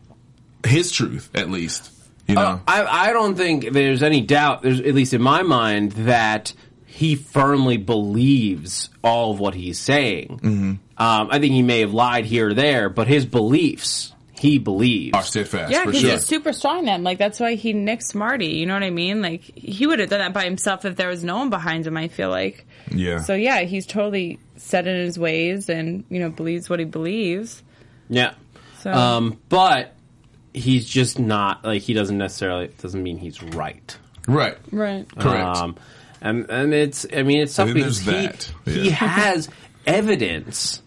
D: his truth at least. You
E: Oh,
D: know,
C: I, I don't think there's any doubt, there's, at least in my mind, that he firmly believes all of what he's saying. Um, I think he may have lied here or there, but his beliefs, he believes.
D: are steadfast
E: Yeah,
D: for
E: because
D: sure.
E: he's super strong then. Like that's why he nixed Marty. You know what I mean? Like he would have done that by himself if there was no one behind him. I feel like.
D: yeah.
E: So yeah, he's totally set in his ways and you know believes what he believes.
C: yeah.
E: So
C: Um, but he's just not, like, he doesn't necessarily, it doesn't mean he's right.
D: right.
E: right.
D: Correct.
C: Um, and, and it's, I mean, it's
D: then
C: something
D: there's
C: he,
D: that.
C: he
D: Yeah.
C: has evidence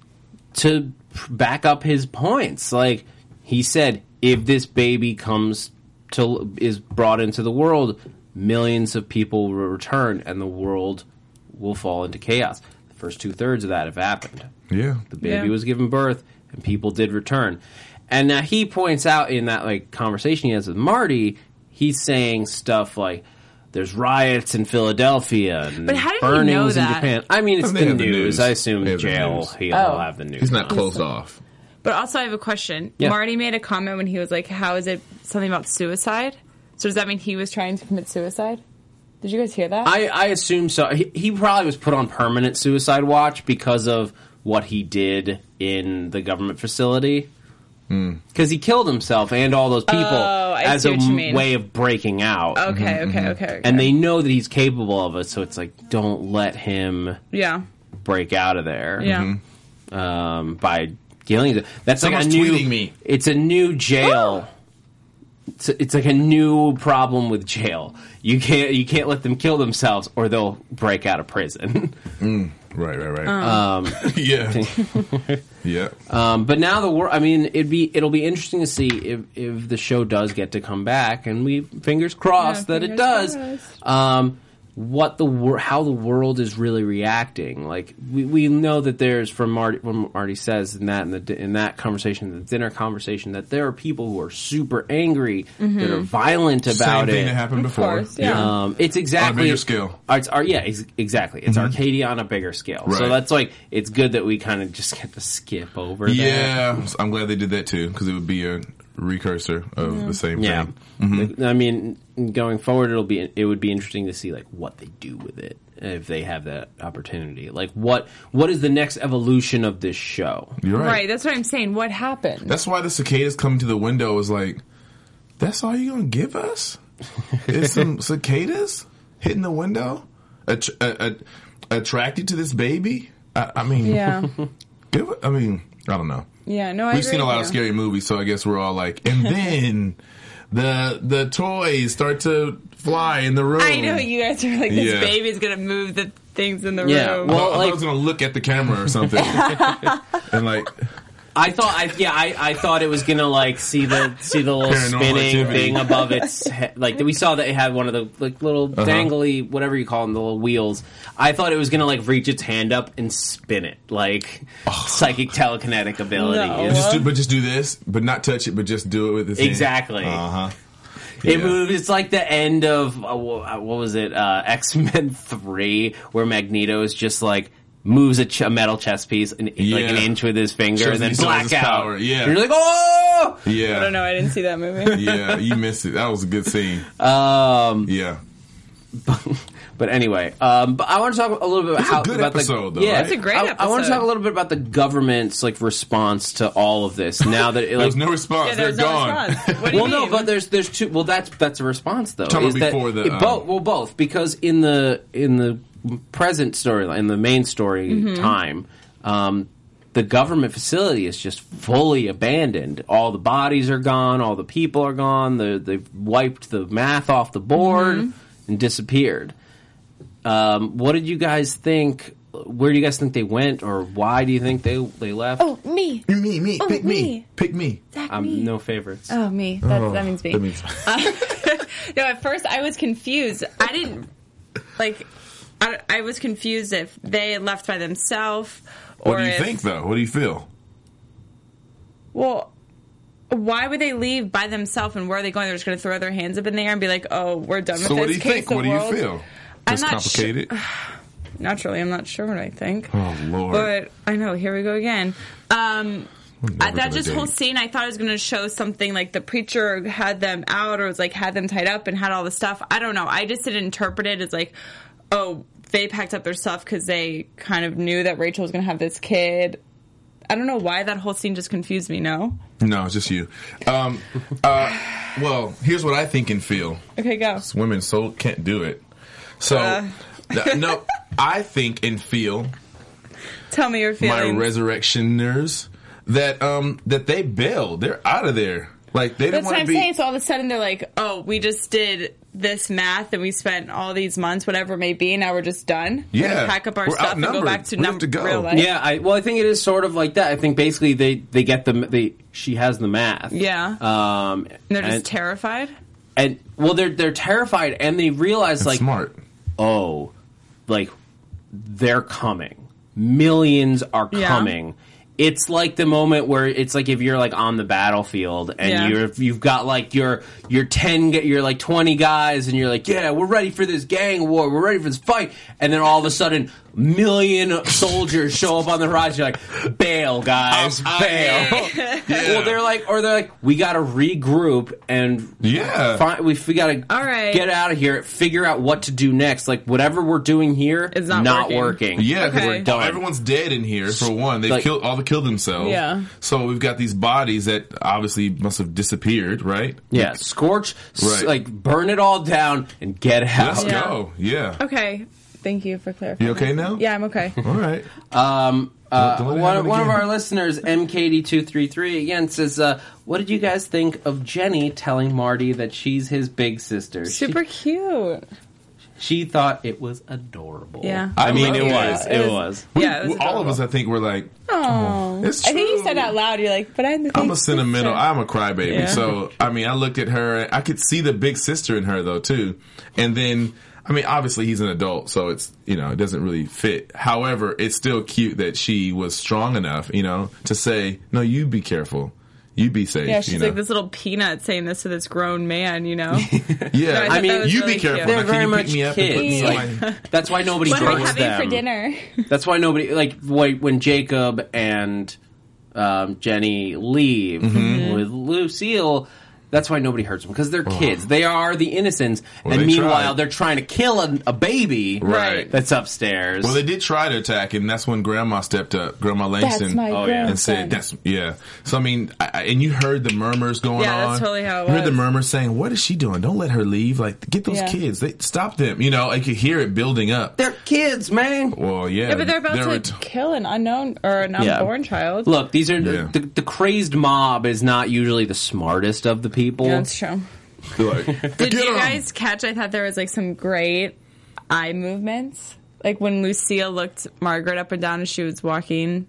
C: to pr- back up his points. Like he said, if this baby comes to is brought into the world, millions of people will return, and the world will fall into chaos. The first two thirds of that have happened.
D: Yeah.
C: The baby
E: Yeah.
C: was given birth, and people did return. And now he points out in that like conversation he has with Marty, he's saying stuff like. There's riots in Philadelphia and
E: But how did he know
C: burnings in
E: that?
C: Japan. I mean, it's
D: They
C: the
D: have
C: news.
D: the news.
C: I assume
D: They have the
C: jail.
D: news.
C: He'll
E: Oh.
C: have the news.
D: He's not
C: on.
D: closed off.
E: But also, I have a question.
C: Yeah.
E: Marty made a comment when he was like, "How is it something about suicide?" So does that mean he was trying to commit suicide? Did you guys hear that?
C: I, I assume so. He, he probably was put on permanent suicide watch because of what he did in the government facility.
D: Hmm.
C: Because he killed himself and all those people
E: Oh, I
C: as
E: see
C: a
E: what you
C: m-
E: mean.
C: way of breaking out.
D: Mm-hmm,
E: okay, okay, okay, okay.
C: And they know that he's capable of it, so it's like, don't let him
E: yeah.
C: break out of there
E: Yeah.
D: Mm-hmm.
C: um, by Gillian. That's like a
D: Someone's
C: new.
D: tweeting me.
C: It's a new jail. It's, it's like a new problem with jail. You can't you can't let them kill themselves or they'll break out of prison.
D: Right, right, right. yeah. Um, yeah.
C: Um, but now the war. I mean, it'd be it'll be interesting to see if if the show does get to come back, and we fingers crossed
E: Yeah,
C: that it does.
E: fingers crossed.
C: Um, what the wor- how the world is really reacting? Like we, we know that there's from Marty when Marty says in that in the di- in that conversation, the dinner conversation, that there are people who are super angry
E: Mm-hmm.
C: that are violent
D: Same
C: about
D: thing
C: it.
D: that happened
E: Of
D: before.
E: course, yeah.
C: Um, it's exactly
D: bigger scale. Mm-hmm.
C: uh, It's our, yeah, ex- exactly. It's Arcadia on a bigger scale. So
D: Right.
C: that's like it's good that we kind of just get to skip over. that.
D: Yeah, I'm glad they did that too because it would be a precursor of the same
C: Yeah.
D: thing.
C: I mean, going forward, it'll be it would be interesting to see like what they do with it if they have that opportunity. Like what what is the next evolution of this show?
D: You're
E: Right.
D: right.
E: That's what I'm saying. What happened?
D: That's why the cicadas coming to the window is like, that's all you're gonna give us? Is some cicadas hitting the window, Att- a- a- attracted to this baby? I, I mean,
E: yeah.
D: give it- I mean, I don't know.
E: Yeah. No, I
D: We've
E: agree
D: seen a
E: with
D: lot
E: you.
D: of scary movies, so I guess we're all like, and then the the toys start to fly in the room.
E: I know you guys are like this
D: Yeah.
E: baby's gonna move the things in the
C: Yeah,
E: room.
D: I
C: well-
D: thought- I thought I
C: like-
D: was gonna look at the camera or something, and like
C: I thought I yeah I, I thought it was gonna like see the see the little
D: Paranormal
C: spinning
D: activity.
C: thing above its head. like we saw that it had one of the like little
D: Uh-huh.
C: dangly whatever you call them the little wheels. I thought it was gonna like reach its hand up and spin it like psychic telekinetic ability.
E: No.
C: It's-
D: just do, but just do this, but not touch it, but just do it with this.
C: Exactly.
D: Uh huh.
C: It
D: Yeah.
C: moves. It's like the end of uh, wh- uh, what was it? Uh, X Men Three, where Magneto is just like moves a, ch- a metal chess piece an, like an
D: Yeah.
C: inch with his finger,
D: Shows
C: and then
D: he still has his
C: blackout.
D: power, yeah.
C: And you're like, oh.
D: Yeah.
E: I don't know. I didn't see that movie.
D: yeah, you missed it. That was a good scene.
C: Um,
D: Yeah.
C: but anyway, um, but I want to talk a little bit about
D: a
C: how
D: good
C: about
D: episode,
C: the,
D: though,
C: Yeah,
D: right? It's a
E: great
C: I, I want to
E: episode.
C: talk a little bit about the government's like response to all of this. Now that it,
D: There
C: like
D: was no response.
E: Yeah,
D: They're
E: there was no
D: gone.
E: response. What do you
C: Well, no,
E: mean?
C: but there's there's two. Well, that's that's a response though.
D: Tell me
C: is that
D: before the,
C: it-
D: um,
C: both. Well, both because in the in the present storyline, in the main story
E: Mm-hmm.
C: time, um, the government facility is just fully abandoned. All the bodies are gone. All the people are gone. The, they've wiped the math off the board
E: Mm-hmm.
C: and disappeared. Um, what did you guys think? Where do you guys think they went, or why do you think they they left?
E: oh me.
D: Me, me,
E: Oh,
D: pick me.
E: me.
D: pick me.
E: Zach, me.
C: Um, no favorites.
E: Oh me. That, that means me.
D: That means
E: no, at first I was confused. I didn't like. I, I was confused if they had left by themselves or
D: what do you
E: if,
D: think, though? What do you feel?
E: Well, why would they leave by themselves and where are they going? They're just going to throw their hands up in the air and be like, "Oh, we're done with
D: So,
E: this
D: what do you
E: case
D: think?
E: of
D: What do you
E: world."
D: feel?
E: I'm
D: It's
E: not su-
D: complicated.
E: Naturally, I'm not sure what I think.
D: Oh, Lord.
E: But I know. Here we go again. Um,
D: never
E: I- that
D: gonna
E: just
D: date.
E: whole scene, I thought it was going to show something like the preacher had them out or was like had them tied up and had all the stuff. I don't know. I just didn't interpret it as like, oh, they packed up their stuff because they kind of knew that Rachel was going to have this kid. I don't know why that whole scene just confused me. No.
D: No, it's just you. Um, uh, well, here's what I think and feel.
E: Okay, go.
D: women so can't do it. So,
E: Uh.
D: no- no, I think and feel
E: Tell me your
D: my
E: feelings.
D: resurrectioners that um that they bailed. They're out of there. Like they don't
E: That's what
D: want to
E: I'm
D: be.
E: saying. So all of a sudden they're like, oh, we just did this math and we spent all these months, whatever it may be, and now we're just done. We're gonna
D: Yeah.
E: pack up our
D: We're
E: stuff and go
D: outnumbered.
E: back to
D: We have
E: num-
D: to go.
E: real life.
C: Yeah, I well, I think it is sort of like that. I think basically they they get the they she has the math.
E: Yeah.
C: Um, and
E: And they're just
C: and,
E: terrified.
C: and well, they're they're terrified, and they realize like
D: smart.
C: oh, like they're coming. Millions are
E: Yeah.
C: coming. It's like the moment where it's like if you're like on the battlefield and
E: Yeah.
C: you're you've got like your your ten gu- your like twenty guys and you're like yeah we're ready for this gang war we're ready for this fight and then all of a sudden million soldiers show up on the horizon you're like bail guys
D: I'm out.
C: bail well they're like or they're like we got to regroup and
D: Yeah.
C: fi- we, we got to
E: All right.
C: get out of here figure out what to do next like whatever we're doing here
E: It's not working.
C: working.
D: Yeah, 'cause
E: Okay.
D: we're
C: Done.
D: everyone's dead in here for one. They've
C: Like-
D: killed all the killed themselves.
E: Yeah.
D: So we've got these bodies that obviously must have disappeared, right?
C: yeah scorch s-
D: Right.
C: like burn it all down and get out
D: Let's
E: Yeah.
D: go. Yeah.
E: Okay. Thank you for clarifying.
D: You okay now?
E: Yeah, I'm okay.
D: All right.
C: Um, uh,
D: Don't let it
C: one,
D: happen
C: one of
D: again.
C: our listeners, MKD233, again says, uh, "What did you guys think of Jenny telling Marty that she's his big sister? She-
E: Super cute.
C: She, thought it was adorable.
E: Yeah.
C: I,
D: I
C: mean,
D: love
C: it
D: it.
C: was. It was.
D: We-
E: Yeah, it was
D: all of us, I think, were like,
E: Oh,
D: It's
E: I think you
D: true.
E: said out loud. You're like, but I'm the.
D: I'm
E: big
D: a sentimental.
E: sister."
D: I'm a crybaby.
E: Yeah.
D: So I mean, I looked at her. I could see the big sister in her though too. And then, I mean, obviously he's an adult, so it's you know it doesn't really fit. However, it's still cute that she was strong enough, you know, to say, "No, you be careful. You be safe."
E: yeah, she's
D: you know?
E: like this little peanut saying this to this grown man. You know.
D: Yeah,
E: I thought that was
D: you
E: really
D: be
E: cute.
D: careful.
C: They're
D: Now, can
C: very
D: you pick
C: much
D: me up and put me
C: kids.
D: on my-
C: That's why nobody
E: what are we
C: births
E: having
C: them.
E: for dinner?
C: That's why nobody like wait when Jacob and um, Jenny leave
D: Mm-hmm.
C: with Lucille. That's why nobody hurts them because they're kids. They are the innocents,
D: Well,
C: and
D: they
C: meanwhile
D: tried.
C: they're trying to kill a, a baby
D: Right.
C: that's upstairs.
D: Well, they did try to attack, and that's when Grandma stepped up, Grandma
E: That's
D: Langston,
E: my
C: Oh, yeah.
E: grandson.
D: and said, "That's yeah." So I mean, I, I- and you heard the murmurs going
E: Yeah,
D: on.
E: that's totally how it
D: You heard the
E: was.
D: murmurs saying, "What is she doing? Don't let her leave! Like, get those
E: Yeah.
D: kids! They stop them!" You know, I could hear it building up.
C: they're kids, man.
D: Well, yeah,
E: Yeah, but they're about to like,
D: ret-
E: kill an unknown or an
C: Yeah.
E: unborn child.
C: Look, these are
D: Yeah.
C: the, the crazed mob is not usually the smartest of the people.
E: Yeah, that's true.
D: they're like,
E: Did
D: "Get
E: you
D: 'em!"
E: guys catch? I thought there was like some great eye movements, like when Lucille looked Margaret up and down as she was walking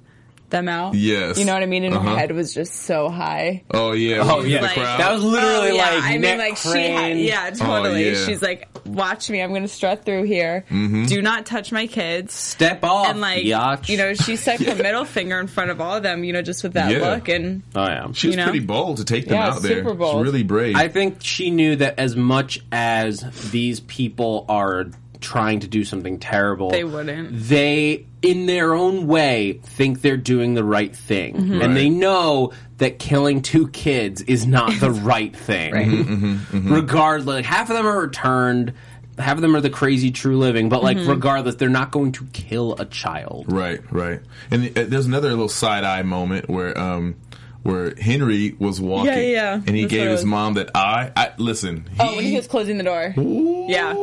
E: them out.
D: Yes.
E: you know what I mean. And her
D: Uh-huh.
E: head was just so high.
D: Oh yeah,
C: Oh,
D: we in
C: yeah.
D: the
C: Like,
D: crowd.
C: that was literally
E: Oh, yeah.
C: like
E: I mean,
C: neck
E: like she had,
C: craned.
E: yeah, totally.
D: Oh, yeah. Mm-hmm.
E: She's like, watch me. I'm going to strut through here. Do not touch my kids.
C: Step off,
E: And like,
C: biatch.
E: you know, she stuck her middle finger in front of all of them. You know, just with that
D: Yeah.
E: look and.
C: oh yeah.
D: she was
E: you know?
D: pretty bold to take them
E: Yeah,
D: out there.
E: super
D: She's
E: bold.
D: really brave.
C: I think she knew that as much as these people are trying to do something terrible,
E: They wouldn't.
C: They, in their own way, think they're doing the right thing,
E: Mm-hmm.
C: and they know that killing two kids is not the right thing.
D: Mm-hmm,
C: Regardless, like, half of them are returned. Half of them are the crazy true living, but
E: Mm-hmm.
C: like regardless, they're not going to kill a child.
D: Right, right. And uh, there's another little side eye moment where um where Henry was walking
E: Yeah, yeah,
D: and he
E: that's what
D: gave
E: it
D: his
E: was.
D: mom that eye. I listen. He,
E: Oh, when he was closing the door.
D: Ooh,
E: Yeah.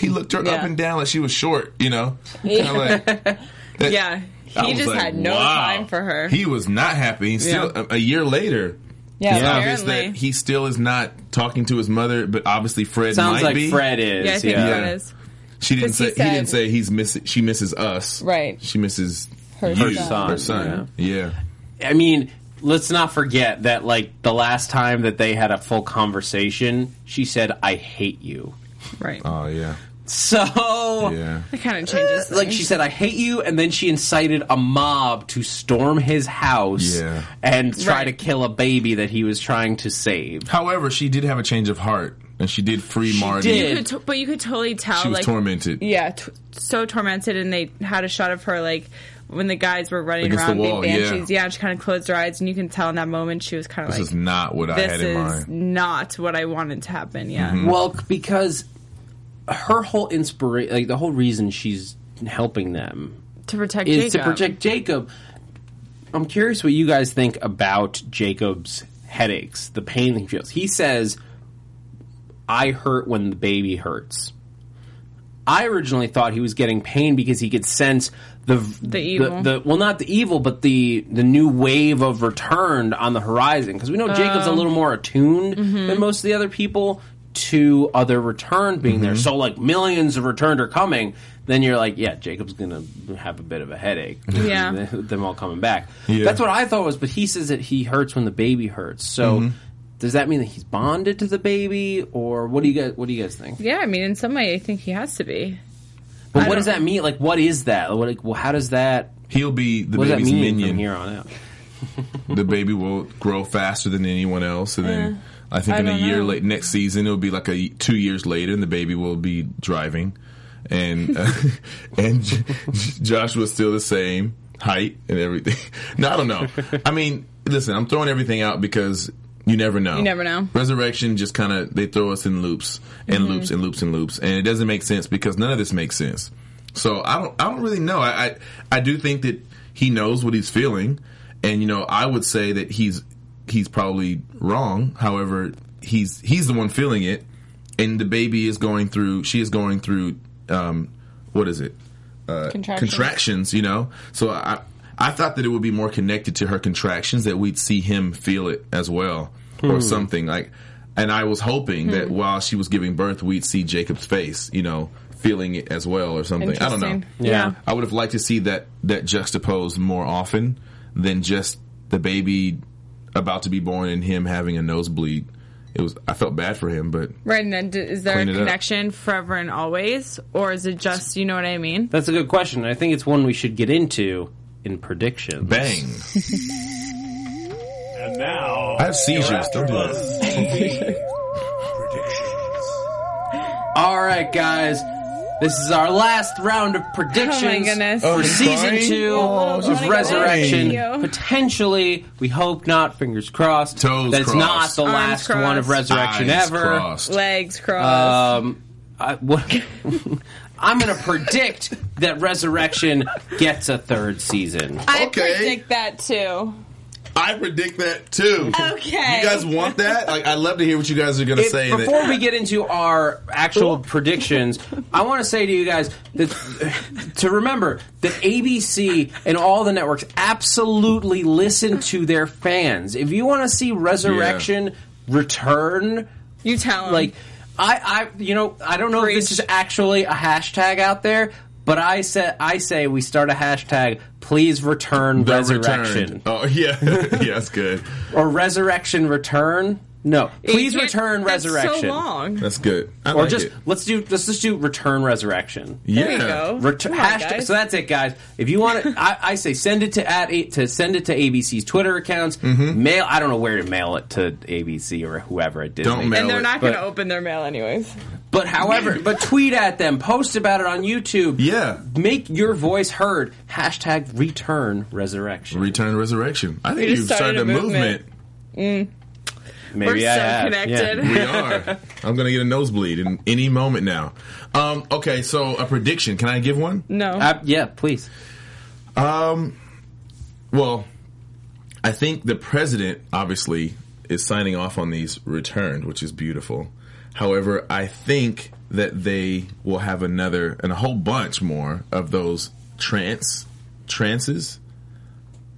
D: He looked her up
E: Yeah.
D: and down like she was short, you know. Kinda like- that-
E: Yeah.
D: I
E: He
D: was
E: just
D: like,
E: had no
D: wow.
E: time for her.
D: He was not happy. He still a, a year later.
E: yeah,
D: It's obvious
E: apparently.
D: that he still is not talking to his mother, but obviously Fred
C: Sounds
D: might
C: like
D: be.
C: Fred is.
E: yeah, I think
D: yeah.
E: that is.
D: She didn't
E: 'Cause he
D: say he didn't
E: said-
D: say he's miss she misses us.
E: Right.
D: She misses
E: Her
D: you,
E: son.
D: Her son. yeah.
C: I mean, let's not forget that like the last time that they had a full conversation, she said, "I hate you."
E: Right.
D: Oh yeah.
C: So,
D: Yeah.
E: That kind of changes.
C: like
E: things.
C: she said, "I hate you," and then she incited a mob to storm his house
D: Yeah.
C: and try
E: Right.
C: to kill a baby that he was trying to save.
D: However, she did have a change of heart, and she did free Marty.
C: did.
E: You could t- but you could totally tell.
D: She was
E: like,
D: tormented.
E: yeah, t- so tormented, and they had a shot of her like when the guys were running
D: Against the
E: around
D: wall,
E: being
D: yeah.
E: banshees. Yeah, and she kind of closed her eyes, and you can tell in that moment she was kind of
D: This
E: like,
D: is not what I had
E: "This
D: in
E: is
D: mind.
E: not what I wanted to happen." Yeah,
D: Mm-hmm.
C: Well, c- because her whole inspiration, like the whole reason she's helping them,
E: to protect
C: is
E: Jacob.
C: to protect Jacob. I'm curious what you guys think about Jacob's headaches, the pain he feels. He says, I hurt when the baby hurts. I originally thought he was getting pain because he could sense the the,
E: evil.
C: the, well, not the evil, but the the new wave of returned on the horizon. Because we know
E: Oh.
C: Jacob's a little more attuned
E: Mm-hmm.
C: than most of the other people to other returned being
D: Mm-hmm.
C: there. So like millions of returned are coming. Then you're like, yeah, Jacob's gonna have a bit of a headache.
E: Yeah.
C: them all coming back.
D: Yeah.
C: That's what I thought was. But he says that he hurts when the baby hurts. So.
D: Mm-hmm.
C: Does that mean that he's bonded to the baby, or what do you guys? What do you guys think?
E: Yeah, I mean, in some way, I think he has to be.
C: But what does that mean? Like, what is that? What, like, well, how does that?
D: He'll be the
C: What does that
D: baby's
C: mean from
D: minion.
C: here on out?
D: The baby will grow faster than anyone else, and then I think
E: I
D: in a
E: don't
D: year
E: know.
D: late next season it'll be like a two years later, and the baby will be driving, and uh, and J- J- Joshua's still the same height and everything. No, I don't know. I mean, listen, I'm throwing everything out because. You never know. You
E: never know.
D: Resurrection just kind of they throw us in loops and loops and loops and loops, and it doesn't make sense because none of this makes sense. So I don't I don't really know. I I, I do think that he knows what he's feeling, and you know I would say that he's he's probably wrong. However, he's he's the one feeling it, and the baby is going through. She is going through. Um, what is it? Uh,
E: Contractions.
D: contractions, you know? So I, I thought that it would be more connected to her contractions that we'd see him feel it as well
G: Hmm.
D: or something. Like, and I was hoping
E: Hmm.
D: that while she was giving birth, we'd see Jacob's face, you know, feeling it as well or something. I don't know.
E: Interesting. Yeah.
D: I would have liked to see that that juxtaposed more often than just the baby about to be born and him having a nosebleed. It was I felt bad for him, but
E: Right, and then d- is there
D: Clean
E: a
D: it up.
E: connection forever and always, or is it just you know what I mean?
C: That's a good question. and I think it's one we should get into in predictions.
D: bang.
G: And now,
D: I have seizures. Don't do that.
G: AfterBuzz TV predictions.
C: All right, guys. This is our last round of predictions
E: Oh my goodness.
D: Oh,
C: for
D: she's
C: season
D: crying?
C: two
D: Oh, she's
C: of
D: crying.
C: Resurrection.
E: Thank you.
C: Potentially, we hope not. Fingers crossed.
D: Toes
C: that it's not
D: crossed.
C: the
E: Arms
C: last one of
E: crossed.
C: Resurrection
D: Eyes
C: ever.
D: crossed.
E: Legs crossed.
C: Um, I, what, I'm going to predict that Resurrection gets a third season.
E: I
D: okay.
E: predict that too.
D: I predict that too.
E: Okay.
D: You guys want that? Like, I'd love to hear what you guys are going to
C: If-
D: say. that-
C: before we get into our actual predictions, I want to say to you guys that to remember that ABC and all the networks absolutely listen to their fans. If you want to see Resurrection return,
E: You tell him.
C: like I, I, you know, I don't know if this
E: Preach.
C: is actually a hashtag out there, but I said I say we start a hashtag. Please return
D: The
C: Resurrection
D: returned. Oh yeah, yeah, that's good.
C: or Resurrection return. No, please
E: You can't-
C: return
E: that's
C: Resurrection.
E: So long.
C: Uh,
D: That's good. I
C: or
D: like
C: just
D: it.
C: let's do let's just do return resurrection.
D: yeah.
E: There you go.
C: Retu-
E: Oh, Come on,
C: hashtag-
E: guys.
C: so that's it, guys. If you want to, I, I say send it to at eight to send it to ABC's Twitter accounts.
D: Mm-hmm.
C: Mail. I don't know where to mail it to ABC or whoever at Disney.
D: Don't mail
E: and they're
D: it.
E: not going to
C: but-
E: open their mail anyways.
C: But however, but tweet at them, post about it on YouTube.
D: Yeah.
C: make your voice heard. Hashtag return resurrection.
D: Return to resurrection. I think
E: We just
D: you've started,
E: started a
D: a movement.
C: Maybe
E: We're
C: I
E: so
C: have.
E: connected.
C: Yeah.
D: We are. I'm gonna get a nosebleed in any moment now. Um, okay, so a prediction. Can I give one?
E: No.
C: Uh, yeah, please.
D: Well, I think the president obviously is signing off on these returned, which is beautiful. However, I think that they will have another and a whole bunch more of those trance trances.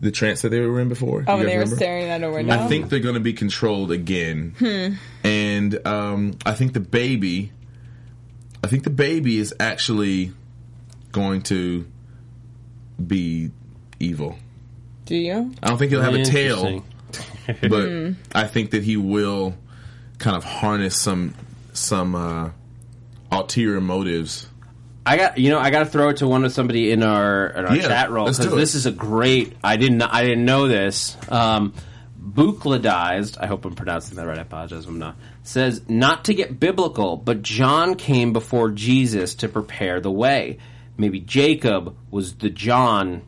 D: The trance that they were in before.
E: oh,
D: You guys
E: they were
D: remember?
E: staring at Hmm. a window.
D: I think they're going to be controlled again, and um, I think the baby, I think the baby is actually going to be evil.
E: Do you? Oh,
D: I don't think he'll have a tail,
C: Interesting.
E: Hmm.
D: but I think that he will kind of harness some some uh, ulterior motives.
C: I got you know I got to throw it to one of somebody in our in our
D: Yeah,
C: chat roll
D: let's
C: because
D: do it.
C: this is a great I didn't I didn't know this. Um, Buchladized, I hope I'm pronouncing that right. I apologize if I'm not. Says not to get biblical, but John came before Jesus to prepare the way. Maybe Jacob was the John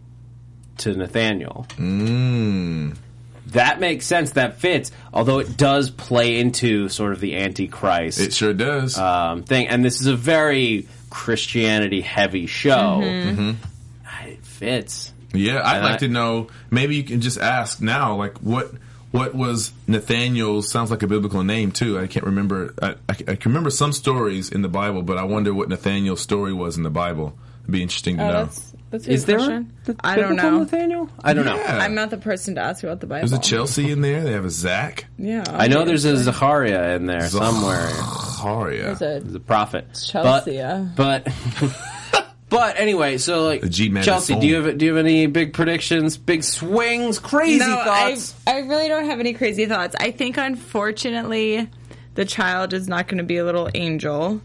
C: to Nathaniel.
D: Mm.
C: That makes sense. That fits. Although it does play into sort of the Antichrist
D: It sure does.
C: um, thing, and this is a very Christianity heavy show.
E: Mm-hmm.
D: Mm-hmm.
C: Ah, It fits.
D: Yeah, I'd
C: And
D: like
C: I-
D: to know. Maybe you can just ask now, like what what was Nathaniel's? Sounds like a biblical name too. I can't remember. I, I, I can remember some stories in the Bible, but I wonder what Nathaniel's story was in the Bible. It'd be interesting to
E: Oh,
D: know.
E: that's, that's a
C: Is
E: good
C: there a
E: question. I don't
C: biblical
E: know.
C: Nathaniel? I don't know.
D: Yeah.
E: I'm not the person to ask about the Bible.
D: There's a Chelsea in there. They have a Zach.
E: Yeah.
C: I know there's a Zacharia in there
D: Zach-
C: somewhere.
D: Haria.
E: There's a
C: He's a prophet.
E: Chelsea.
C: But but, but anyway, so like
D: The G-Man is
C: Chelsea,
D: sold.
C: do you have do you have any big predictions, big swings, crazy thoughts?
E: I, I really don't have any crazy thoughts. I think, unfortunately, the child is not going to be a little angel,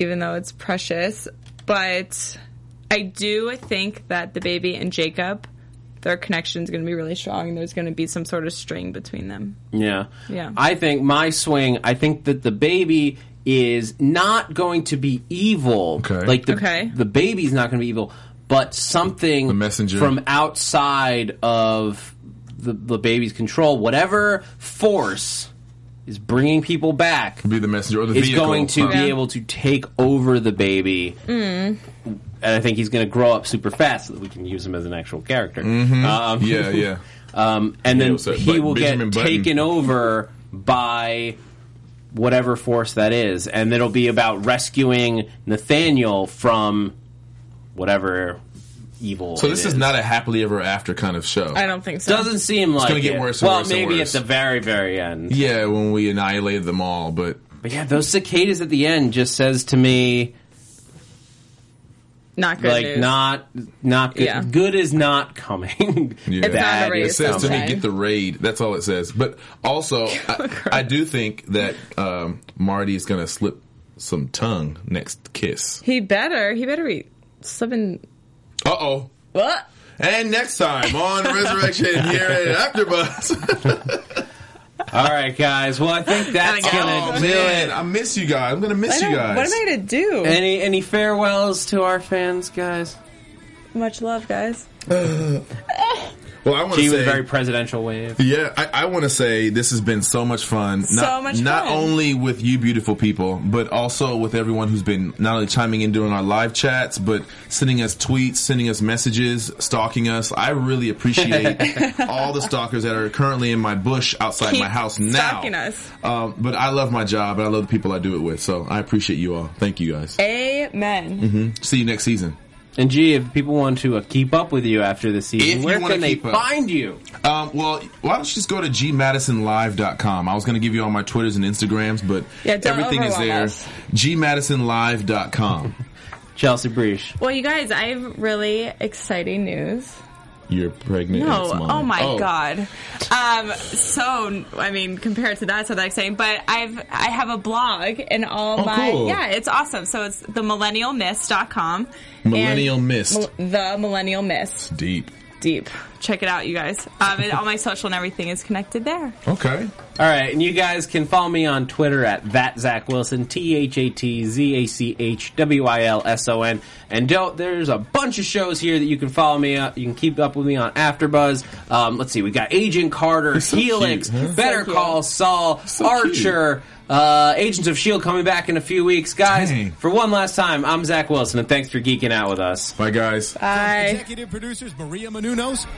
E: even though it's precious. But I do think that the baby and Jacob, their connection is going to be really strong, and there's going to be some sort of string between them.
C: Yeah.
E: Yeah.
C: I think my swing, I think that the baby is not going to be evil.
D: Okay.
C: Like the
E: Okay.
C: the baby's not going to be evil, but something
D: The messenger.
C: from outside of the, the baby's control, whatever force is bringing people back
D: Be the messenger or the
C: is
D: vehicle.
C: going to
D: huh?
C: be able to take over the baby.
E: Mm.
C: And I think he's going to grow up super fast so that we can use him as an actual character.
D: Mm-hmm.
C: Um,
D: Yeah, yeah.
C: um, and then
D: Yeah, so,
C: he
D: but
C: will get
D: Benjamin Button-
C: taken over by whatever force that is, and it'll be about rescuing Nathaniel from whatever evil.
D: So
C: it
D: this is not a happily ever after kind of show.
E: I don't think so.
C: Doesn't seem like
D: gonna get
C: it.
D: worse and
C: Well,
D: worse and
C: maybe
D: worse.
C: at the very, very end.
D: Yeah, when we annihilated them all, but
C: But yeah, those cicadas at the end just says to me
E: not good
C: like
E: news.
C: not not good.
E: Yeah.
C: Good is not coming.
D: Yeah. It's not
C: Bad
E: already
D: it
C: is
D: says to me
C: coming.
E: Okay.
D: get the raid. That's all it says. But also, I, I do think that um, Marty is going to slip some tongue next kiss.
E: he better. He better be slipping.
D: Uh oh.
E: What?
D: And next time on Resurrection here at AfterBuzz.
C: All right, guys. Well, I think that's
E: Gotta go.
C: gonna
D: oh
C: do
D: man,
C: it.
D: I miss you guys. I'm going to miss
E: I
D: you
E: don't-
D: guys.
E: What am I gonna do?
C: Any any farewells to our fans, guys?
E: Much love, guys.
D: well, I want
C: She
D: to
C: was
D: say.
C: very presidential wave.
D: yeah, I, I want to say this has been so much fun.
E: So
D: not,
E: much
D: Not
E: fun.
D: only with you beautiful people, but also with everyone who's been not only chiming in during our live chats, but sending us tweets, sending us messages, stalking us. I really appreciate all the stalkers that are currently in my bush outside
E: Keep
D: my house now.
E: stalking us.
D: Um, but I love my job and I love the people I do it with. So I appreciate you all. Thank you
E: Eh.
D: guys.
E: Amen.
D: See you next season.
C: And gee, if people want to uh, keep up with you after the season,
D: If you
C: where
D: wanna
C: can they
D: keep up.
C: find you?
D: Um, well, why don't you just go to gmadisonlive.com? I was going to give you all my Twitters and Instagrams, but
E: Yeah, don't
D: everything is
E: overwhelm
D: there.
E: us.
D: gmadisonlive.com.
C: Chelsea Breach.
E: Well, you guys, I have really exciting news.
D: You're pregnant. and
E: No,
D: it's mine.
E: oh my
D: Oh.
E: god. Um, so I mean, compared to that, it's not that exciting. But I've I have a blog and all
D: Oh,
E: my
D: cool.
E: yeah, it's awesome. So it's the millennialmist.com.
D: Millennial Mist.
E: the millennial mist
D: Deep.
E: deep. Check it out, you guys. Um, and all my social and everything is connected there.
D: Okay.
C: All right, and you guys can follow me on Twitter at that Zach Wilson, T H A T Z A C H W I L S O N. And don't there's a bunch of shows here that you can follow me. Up. You can keep up with me on AfterBuzz. Um, let's see, we got Agent Carter,
D: so
C: Helix,
D: cute, huh?
C: Better
E: So cute.
C: Call Saul,
D: So
C: Archer, uh, Agents of Shield coming back in a few weeks, guys.
D: Dang.
C: For one last time, I'm Zach Wilson, and thanks for geeking out with us.
D: Bye, guys.
E: Bye.
B: Executive producers Maria Menounos,